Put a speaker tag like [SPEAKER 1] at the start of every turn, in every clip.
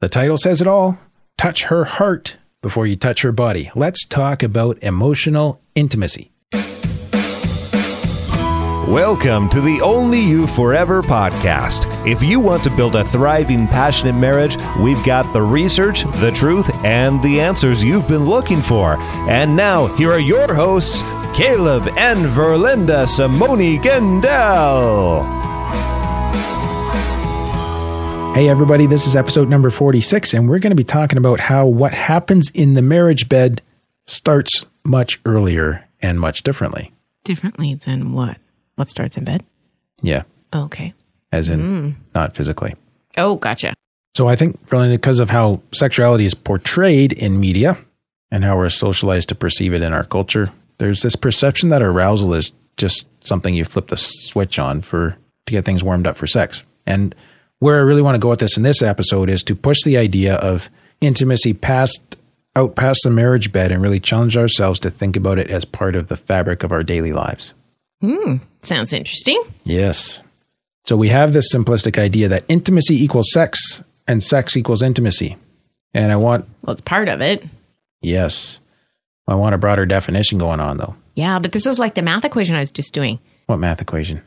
[SPEAKER 1] The title says it all touch her heart before you touch her body. Let's talk about emotional intimacy.
[SPEAKER 2] Welcome to the Only You Forever podcast. If you want to build a thriving, passionate marriage, we've got the research, the truth, and the answers you've been looking for. And now, here are your hosts, Caleb and Verlinda Simone Gendel.
[SPEAKER 1] Hey, everybody, this is episode number 46, and we're going to be talking about how what happens in the marriage bed starts much earlier and much differently.
[SPEAKER 3] Differently than what? What starts in bed?
[SPEAKER 1] Yeah,
[SPEAKER 3] Okay.
[SPEAKER 1] as in not physically.
[SPEAKER 3] Oh, gotcha.
[SPEAKER 1] So I think, Verlinda, because of how sexuality is portrayed in media and how we're socialized to perceive it in our culture, there's this perception that arousal is just something you flip the switch on for to get things warmed up for sex. And where I really want to go with this in this episode is to push the idea of intimacy past out past the marriage bed and really challenge ourselves to think about it as part of the fabric of our daily lives.
[SPEAKER 3] Hmm. Sounds interesting.
[SPEAKER 1] Yes. So we have this simplistic idea that intimacy equals sex and sex equals intimacy. And I want,
[SPEAKER 3] Well, it's part of it.
[SPEAKER 1] yes, I want a broader definition going on though.
[SPEAKER 3] Yeah, but this is like the math equation I was just doing.
[SPEAKER 1] What math equation?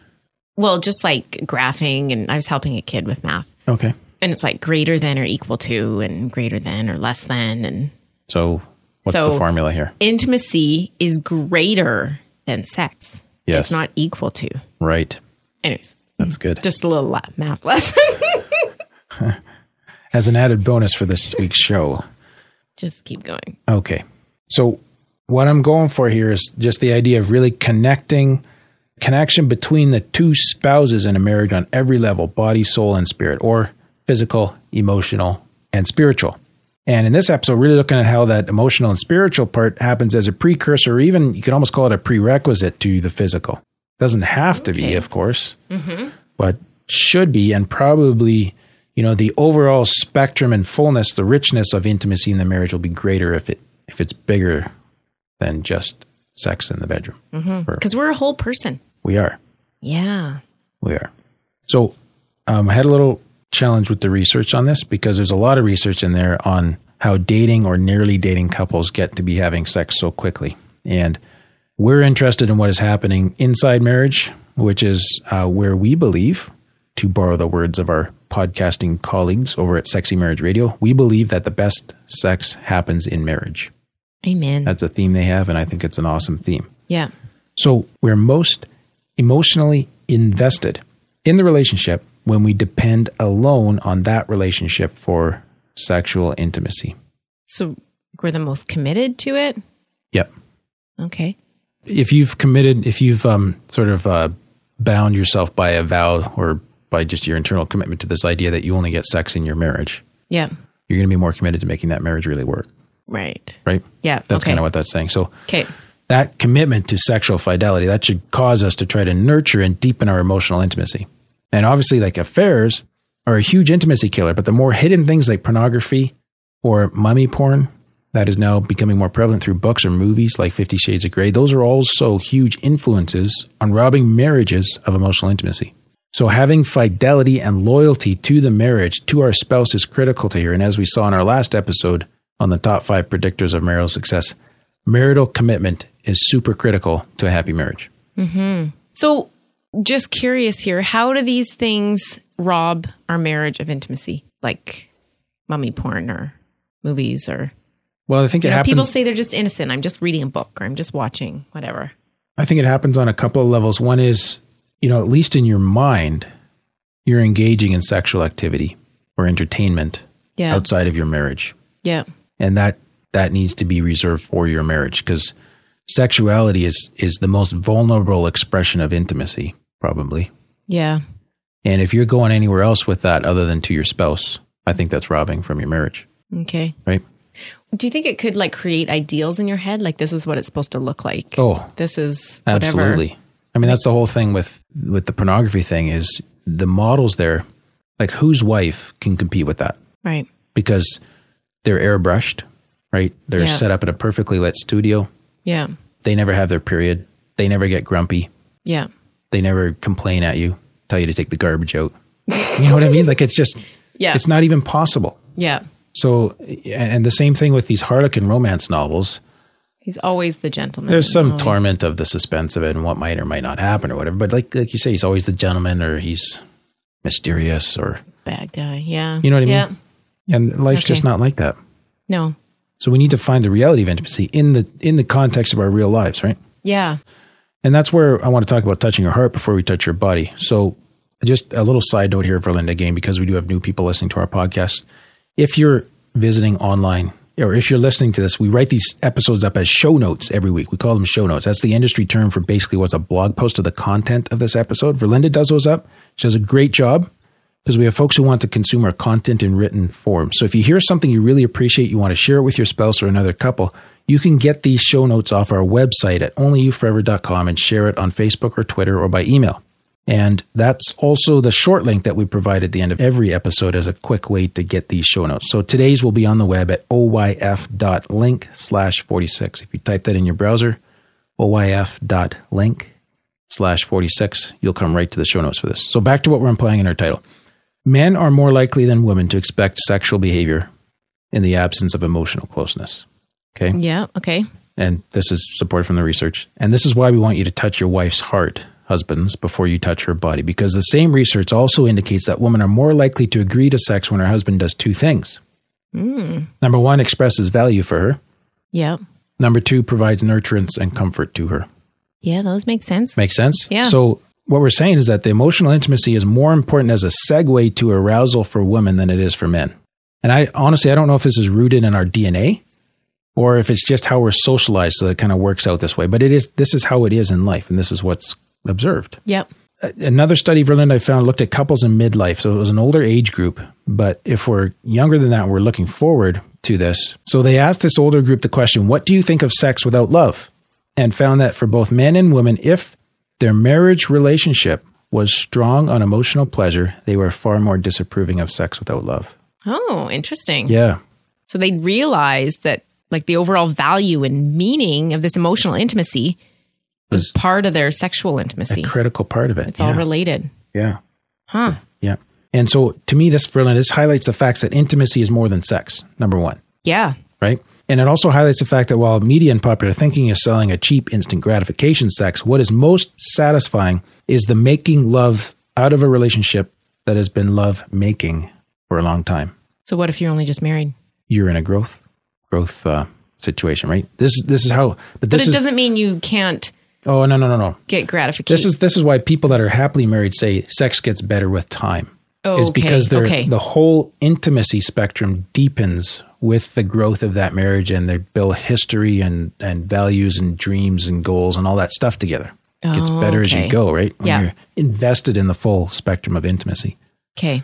[SPEAKER 3] Well, just like graphing, and I was helping a kid with math.
[SPEAKER 1] Okay.
[SPEAKER 3] And it's like greater than or equal to, and greater than or less than. And
[SPEAKER 1] So what's
[SPEAKER 3] So-
[SPEAKER 1] the formula here?
[SPEAKER 3] intimacy is greater than sex,
[SPEAKER 1] Yes.
[SPEAKER 3] it's not equal to.
[SPEAKER 1] right.
[SPEAKER 3] Anyways,
[SPEAKER 1] That's good.
[SPEAKER 3] just a little la- math lesson.
[SPEAKER 1] As an added bonus for this week's show.
[SPEAKER 3] just keep going.
[SPEAKER 1] Okay. So what I'm going for here is just the idea of really connecting connection between the two spouses in a marriage on every level, body, soul, and spirit, or physical, emotional, and spiritual. And in this episode, really looking at how that emotional and spiritual part happens as a precursor, or even you could almost call it a prerequisite to the physical. Doesn't have to be, of course, but should be, and probably, you know, the overall spectrum and fullness, the richness of intimacy in the marriage will be greater if it if it's bigger than just sex in the bedroom. Or-
[SPEAKER 3] Because we're a whole person.
[SPEAKER 1] we are.
[SPEAKER 3] Yeah.
[SPEAKER 1] We are. So um, I had a little challenge with the research on this because there's a lot of research in there on how dating or nearly dating couples get to be having sex so quickly. And we're interested in what is happening inside marriage, which is uh, where we believe, to borrow the words of our podcasting colleagues over at Sexy Marriage Radio, we believe that the best sex happens in marriage.
[SPEAKER 3] Amen.
[SPEAKER 1] That's a theme they have, and I think it's an awesome theme.
[SPEAKER 3] yeah.
[SPEAKER 1] So we're most emotionally invested in the relationship when we depend alone on that relationship for sexual intimacy.
[SPEAKER 3] So we're the most committed to it.
[SPEAKER 1] Yep.
[SPEAKER 3] Okay.
[SPEAKER 1] If you've committed, if you've um, sort of uh, bound yourself by a vow or by just your internal commitment to this idea that you only get sex in your marriage,
[SPEAKER 3] Yeah.
[SPEAKER 1] you're going to be more committed to making that marriage really work,
[SPEAKER 3] Right.
[SPEAKER 1] right?
[SPEAKER 3] Yeah.
[SPEAKER 1] That's
[SPEAKER 3] okay.
[SPEAKER 1] kind of what that's saying. So
[SPEAKER 3] Okay.
[SPEAKER 1] that commitment to sexual fidelity that should cause us to try to nurture and deepen our emotional intimacy and obviously like affairs are a huge intimacy killer but the more hidden things like pornography or mummy porn that is now becoming more prevalent through books or movies like 50 shades of gray those are also huge influences on robbing marriages of emotional intimacy so having fidelity and loyalty to the marriage to our spouse is critical to here and as we saw in our last episode on the top 5 predictors of marital success marital commitment is super critical to a happy marriage.
[SPEAKER 3] So, just curious here, how do these things rob our marriage of intimacy, like mummy porn or movies or
[SPEAKER 1] Well, I think it
[SPEAKER 3] you know,
[SPEAKER 1] happens.
[SPEAKER 3] people say they're just innocent. I'm just reading a book or I'm just watching whatever.
[SPEAKER 1] I think it happens on a couple of levels. One is, you know, at least in your mind, you're engaging in sexual activity or entertainment
[SPEAKER 3] Yeah.
[SPEAKER 1] outside of your marriage,
[SPEAKER 3] Yeah.
[SPEAKER 1] and that that needs to be reserved for your marriage because sexuality is is the most vulnerable expression of intimacy, probably.
[SPEAKER 3] Yeah.
[SPEAKER 1] And if you're going anywhere else with that other than to your spouse, I think that's robbing from your marriage,
[SPEAKER 3] Okay.
[SPEAKER 1] right?
[SPEAKER 3] Do you think it could like create ideals in your head? Like this is what it's supposed to look like.
[SPEAKER 1] Oh,
[SPEAKER 3] This is whatever.
[SPEAKER 1] Absolutely. I mean, that's the whole thing with with the pornography thing is the models there. Like, whose wife can compete with that?
[SPEAKER 3] Right.
[SPEAKER 1] Because they're airbrushed, right? They're
[SPEAKER 3] Yeah.
[SPEAKER 1] set up in a perfectly lit studio.
[SPEAKER 3] Yeah.
[SPEAKER 1] They never have their period. They never get grumpy.
[SPEAKER 3] Yeah.
[SPEAKER 1] They never complain at you, tell you to take the garbage out. You know what I mean? Like, it's just,
[SPEAKER 3] Yeah.
[SPEAKER 1] it's not even possible.
[SPEAKER 3] Yeah.
[SPEAKER 1] So, and the same thing with these Harlequin romance novels.
[SPEAKER 3] He's always the gentleman.
[SPEAKER 1] There's some
[SPEAKER 3] Always.
[SPEAKER 1] torment of the suspense of it and what might or might not happen or whatever. But like like you say, he's always the gentleman or he's mysterious or
[SPEAKER 3] Bad guy. Yeah.
[SPEAKER 1] You know what I mean?
[SPEAKER 3] Yeah.
[SPEAKER 1] and life's just
[SPEAKER 3] Okay.
[SPEAKER 1] not like that.
[SPEAKER 3] No.
[SPEAKER 1] So we need to find the reality of intimacy in the in the context of our real lives, right?
[SPEAKER 3] Yeah.
[SPEAKER 1] And that's where I want to talk about touching your heart before we touch your body. So, just a little side note here for Linda Game, because we do have new people listening to our podcast. If you're visiting online or if you're listening to this, we write these episodes up as show notes every week. We call them show notes. That's the industry term for basically what's a blog post of the content of this episode. Verlinda does those up. She does a great job because we have folks who want to consume our content in written form. So if you hear something you really appreciate, you want to share it with your spouse or another couple, you can get these show notes off our website at onlyyouforever.com and share it on Facebook or Twitter or by email. And that's also the short link that we provide at the end of every episode as a quick way to get these show notes. So today's will be on the web at oyf.link slash 46. If you type that in your browser, oyf.link slash 46, you'll come right to the show notes for this. So back to what we're implying in our title. Men are more likely than women to expect sexual behavior in the absence of emotional closeness. Okay.
[SPEAKER 3] Yeah. Okay.
[SPEAKER 1] And this is supported from the research. And this is why we want you to touch your wife's heart, husbands, before you touch her body, because the same research also indicates that women are more likely to agree to sex when her husband does two things.
[SPEAKER 3] Hmm.
[SPEAKER 1] Number one, expresses value for her.
[SPEAKER 3] Yeah.
[SPEAKER 1] Number two, provides nurturance and comfort to her.
[SPEAKER 3] Yeah. Those make sense.
[SPEAKER 1] Make sense?
[SPEAKER 3] Yeah.
[SPEAKER 1] So what we're saying is that the emotional intimacy is more important as a segue to arousal for women than it is for men. And I honestly I don't know if this is rooted in our DNA or if it's just how we're socialized so that it kind of works out this way. But it is this is how it is in life and this is what's observed.
[SPEAKER 3] Yep.
[SPEAKER 1] A- Another study Verland I found looked at couples in midlife. So it was an older age group, but if we're younger than that, we're looking forward to this. So they asked this older group the question, what do you think of sex without love? and found that for both men and women, if their marriage relationship was strong on emotional pleasure, they were far more disapproving of sex without love.
[SPEAKER 3] Oh, interesting.
[SPEAKER 1] Yeah.
[SPEAKER 3] So they realized that like the overall value and meaning of this emotional intimacy was part of their sexual
[SPEAKER 1] A
[SPEAKER 3] intimacy.
[SPEAKER 1] critical part of it.
[SPEAKER 3] It's
[SPEAKER 1] yeah.
[SPEAKER 3] all related.
[SPEAKER 1] yeah.
[SPEAKER 3] Huh.
[SPEAKER 1] Yeah. And so to me, this Berlin, this highlights the facts that intimacy is more than sex, number one.
[SPEAKER 3] Yeah.
[SPEAKER 1] right? And it also highlights the fact that while media and popular thinking is selling a cheap instant gratification sex, what is most satisfying is the making love out of a relationship that has been love making for a long time.
[SPEAKER 3] So what if you're only just married?
[SPEAKER 1] You're in a growth growth uh, situation, right? This is this is how but
[SPEAKER 3] But
[SPEAKER 1] this
[SPEAKER 3] it
[SPEAKER 1] is
[SPEAKER 3] doesn't mean you can't
[SPEAKER 1] oh no no no no.
[SPEAKER 3] get gratification.
[SPEAKER 1] This is this is why people that are happily married say sex gets better with time.
[SPEAKER 3] Oh,
[SPEAKER 1] is
[SPEAKER 3] okay,
[SPEAKER 1] because they're-
[SPEAKER 3] okay.
[SPEAKER 1] the whole intimacy spectrum deepens with the growth of that marriage and they build history and, and values and dreams and goals and all that stuff together. It gets
[SPEAKER 3] Oh,
[SPEAKER 1] better as
[SPEAKER 3] okay.
[SPEAKER 1] you go, right? When
[SPEAKER 3] Yeah.
[SPEAKER 1] you're invested in the full spectrum of intimacy.
[SPEAKER 3] okay.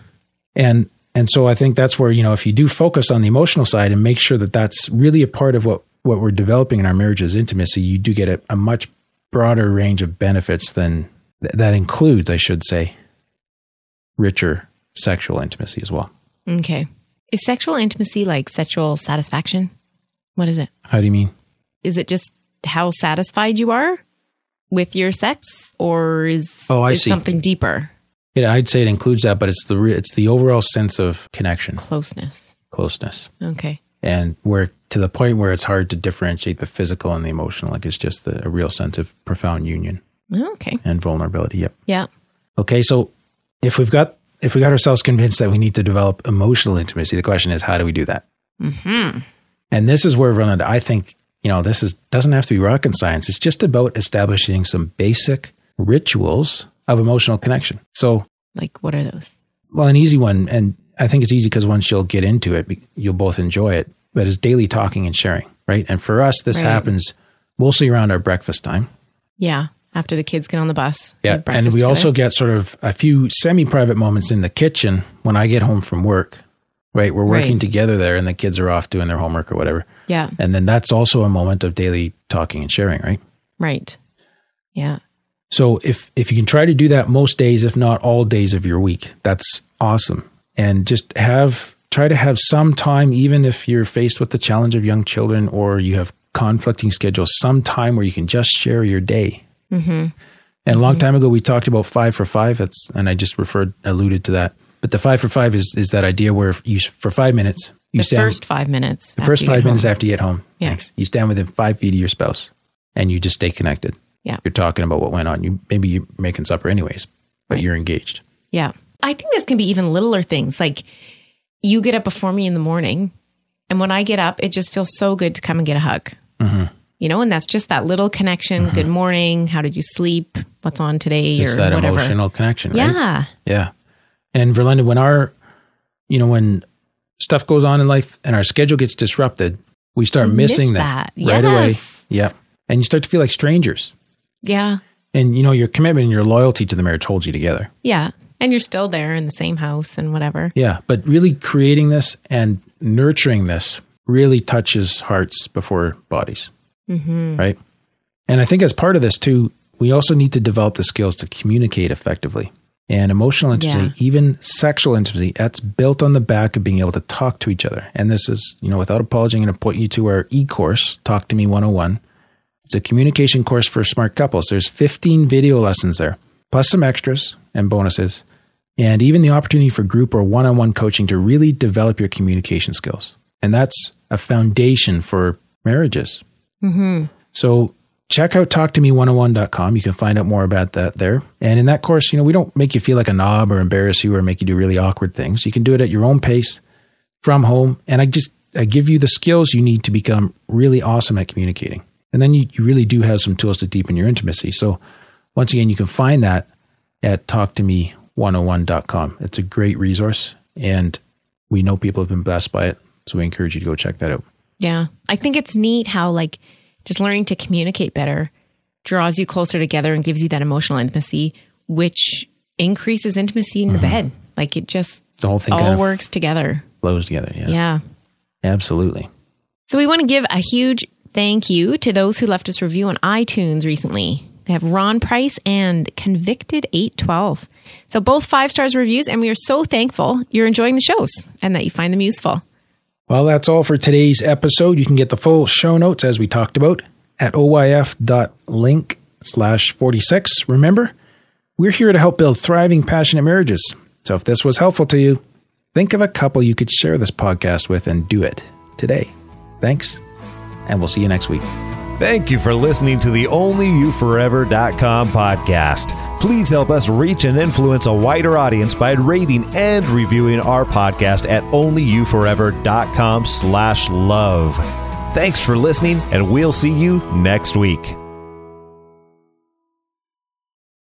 [SPEAKER 1] And and so I think that's where, you know, if you do focus on the emotional side and make sure that that's really a part of what what we're developing in our marriage is intimacy, you do get a, a much broader range of benefits than th- that includes, I should say, richer sexual intimacy as well.
[SPEAKER 3] Okay. Is sexual intimacy like sexual satisfaction? What is it?
[SPEAKER 1] How do you mean?
[SPEAKER 3] Is it just how satisfied you are with your sex or is
[SPEAKER 1] Oh, I
[SPEAKER 3] is
[SPEAKER 1] see.
[SPEAKER 3] something deeper?
[SPEAKER 1] Yeah, I'd say it includes that, but it's the re- it's the overall sense of connection,
[SPEAKER 3] Closeness.
[SPEAKER 1] closeness,
[SPEAKER 3] Okay.
[SPEAKER 1] and where to the point where it's hard to differentiate the physical and the emotional. Like it's just the, a real sense of profound union
[SPEAKER 3] Okay.
[SPEAKER 1] and vulnerability. Yep.
[SPEAKER 3] Yeah.
[SPEAKER 1] Okay, so if we've got if we got ourselves convinced that we need to develop emotional intimacy, the question is how do we do that?
[SPEAKER 3] Mm-hmm.
[SPEAKER 1] And this is where Verlinda, I think, you know, this is doesn't have to be rocket science. It's just about establishing some basic rituals of emotional connection. So
[SPEAKER 3] Like what are those?
[SPEAKER 1] well, an easy one, and I think it's easy because once you'll get into it, you'll both enjoy it. But it's daily talking and sharing, right? And for us, this
[SPEAKER 3] Right.
[SPEAKER 1] happens mostly around our breakfast time.
[SPEAKER 3] Yeah. After the kids get on the bus. they
[SPEAKER 1] Yeah,
[SPEAKER 3] have
[SPEAKER 1] and
[SPEAKER 3] breakfast
[SPEAKER 1] we also
[SPEAKER 3] together.
[SPEAKER 1] get sort of a few semi-private moments in the kitchen when I get home from work. Right, we're working
[SPEAKER 3] Right.
[SPEAKER 1] together there, and the kids are off doing their homework or whatever.
[SPEAKER 3] Yeah.
[SPEAKER 1] And then that's also a moment of daily talking and sharing, right?
[SPEAKER 3] Right. Yeah.
[SPEAKER 1] So if if you can try to do that most days, if not all days of your week, that's awesome. And just have try to have some time, even if you're faced with the challenge of young children or you have conflicting schedules, some time where you can just share your day.
[SPEAKER 3] Mm-hmm.
[SPEAKER 1] And a long time ago, we talked about five for five. That's and I just referred alluded to that. But the five for five is is that idea where you for five minutes you
[SPEAKER 3] the
[SPEAKER 1] stand
[SPEAKER 3] first five minutes.
[SPEAKER 1] the first five minutes after you get home.
[SPEAKER 3] Yeah.
[SPEAKER 1] Thanks. You stand within five feet of your spouse, and you just stay connected.
[SPEAKER 3] Yeah.
[SPEAKER 1] You're talking about what went on. You maybe you're making supper anyways, but you're engaged.
[SPEAKER 3] Yeah. I think this can be even littler things. Like you get up before me in the morning, and when I get up, it just feels so good to come and get a hug.
[SPEAKER 1] Mm-hmm.
[SPEAKER 3] You know, and that's just that little connection. Good morning. How did you sleep? What's on today?
[SPEAKER 1] It's
[SPEAKER 3] or
[SPEAKER 1] Mm-hmm. that
[SPEAKER 3] whatever.
[SPEAKER 1] emotional connection. Right?
[SPEAKER 3] Yeah.
[SPEAKER 1] Yeah. And Verlinda, when our, you know, when stuff goes on in life and our schedule gets disrupted, we start
[SPEAKER 3] We miss
[SPEAKER 1] missing that,
[SPEAKER 3] that.
[SPEAKER 1] right away.
[SPEAKER 3] Yes.
[SPEAKER 1] Yeah. And you start to feel like strangers.
[SPEAKER 3] Yeah.
[SPEAKER 1] And, you know, your commitment and your loyalty to the marriage holds you together.
[SPEAKER 3] Yeah. And you're still there in the same house and whatever.
[SPEAKER 1] Yeah. But really creating this and nurturing this really touches hearts before bodies. Mm-hmm. Right. And I think as part of this, too, we also need to develop the skills to communicate effectively. And emotional intimacy,
[SPEAKER 3] Yeah.
[SPEAKER 1] even sexual intimacy, that's built on the back of being able to talk to each other. And this is, you know, without apology, I'm going to point you to our e course, Talk to Me 101. It's a communication course for smart couples. There's 15 video lessons there, plus some extras and bonuses, and even the opportunity for group or one on one coaching to really develop your communication skills. And that's a foundation for marriages. So check out talktome101.com. You can find out more about that there. And in that course, you know, we don't make you feel like a knob or embarrass you or make you do really awkward things. You can do it at your own pace from home. And I just I give you the skills you need to become really awesome at communicating. And then you, you really do have some tools to deepen your intimacy. So once again, you can find that at talktome101.com. It's a great resource and we know people have been blessed by it. So we encourage you to go check that out.
[SPEAKER 3] Yeah. I think it's neat how, like, just learning to communicate better draws you closer together and gives you that emotional intimacy, which increases intimacy in the
[SPEAKER 1] Mm-hmm.
[SPEAKER 3] bed. Like, it just
[SPEAKER 1] The whole thing kind
[SPEAKER 3] all
[SPEAKER 1] of
[SPEAKER 3] works together.
[SPEAKER 1] flows together. Yeah.
[SPEAKER 3] Yeah.
[SPEAKER 1] Absolutely.
[SPEAKER 3] So we want to give a huge thank you to those who left us review on iTunes recently. We have Ron Price and Convicted 812. So both five stars reviews, and we are so thankful you're enjoying the shows and that you find them useful.
[SPEAKER 1] Well, that's all for today's episode. You can get the full show notes as we talked about at oyf.link slash 46. Remember, we're here to help build thriving, passionate marriages. So if this was helpful to you, think of a couple you could share this podcast with and do it today. Thanks, and we'll see you next week.
[SPEAKER 2] Thank you for listening to the OnlyYouForever.com podcast. Please help us reach and influence a wider audience by rating and reviewing our podcast at OnlyYouForever.com slash love. Thanks for listening, and we'll see you next week.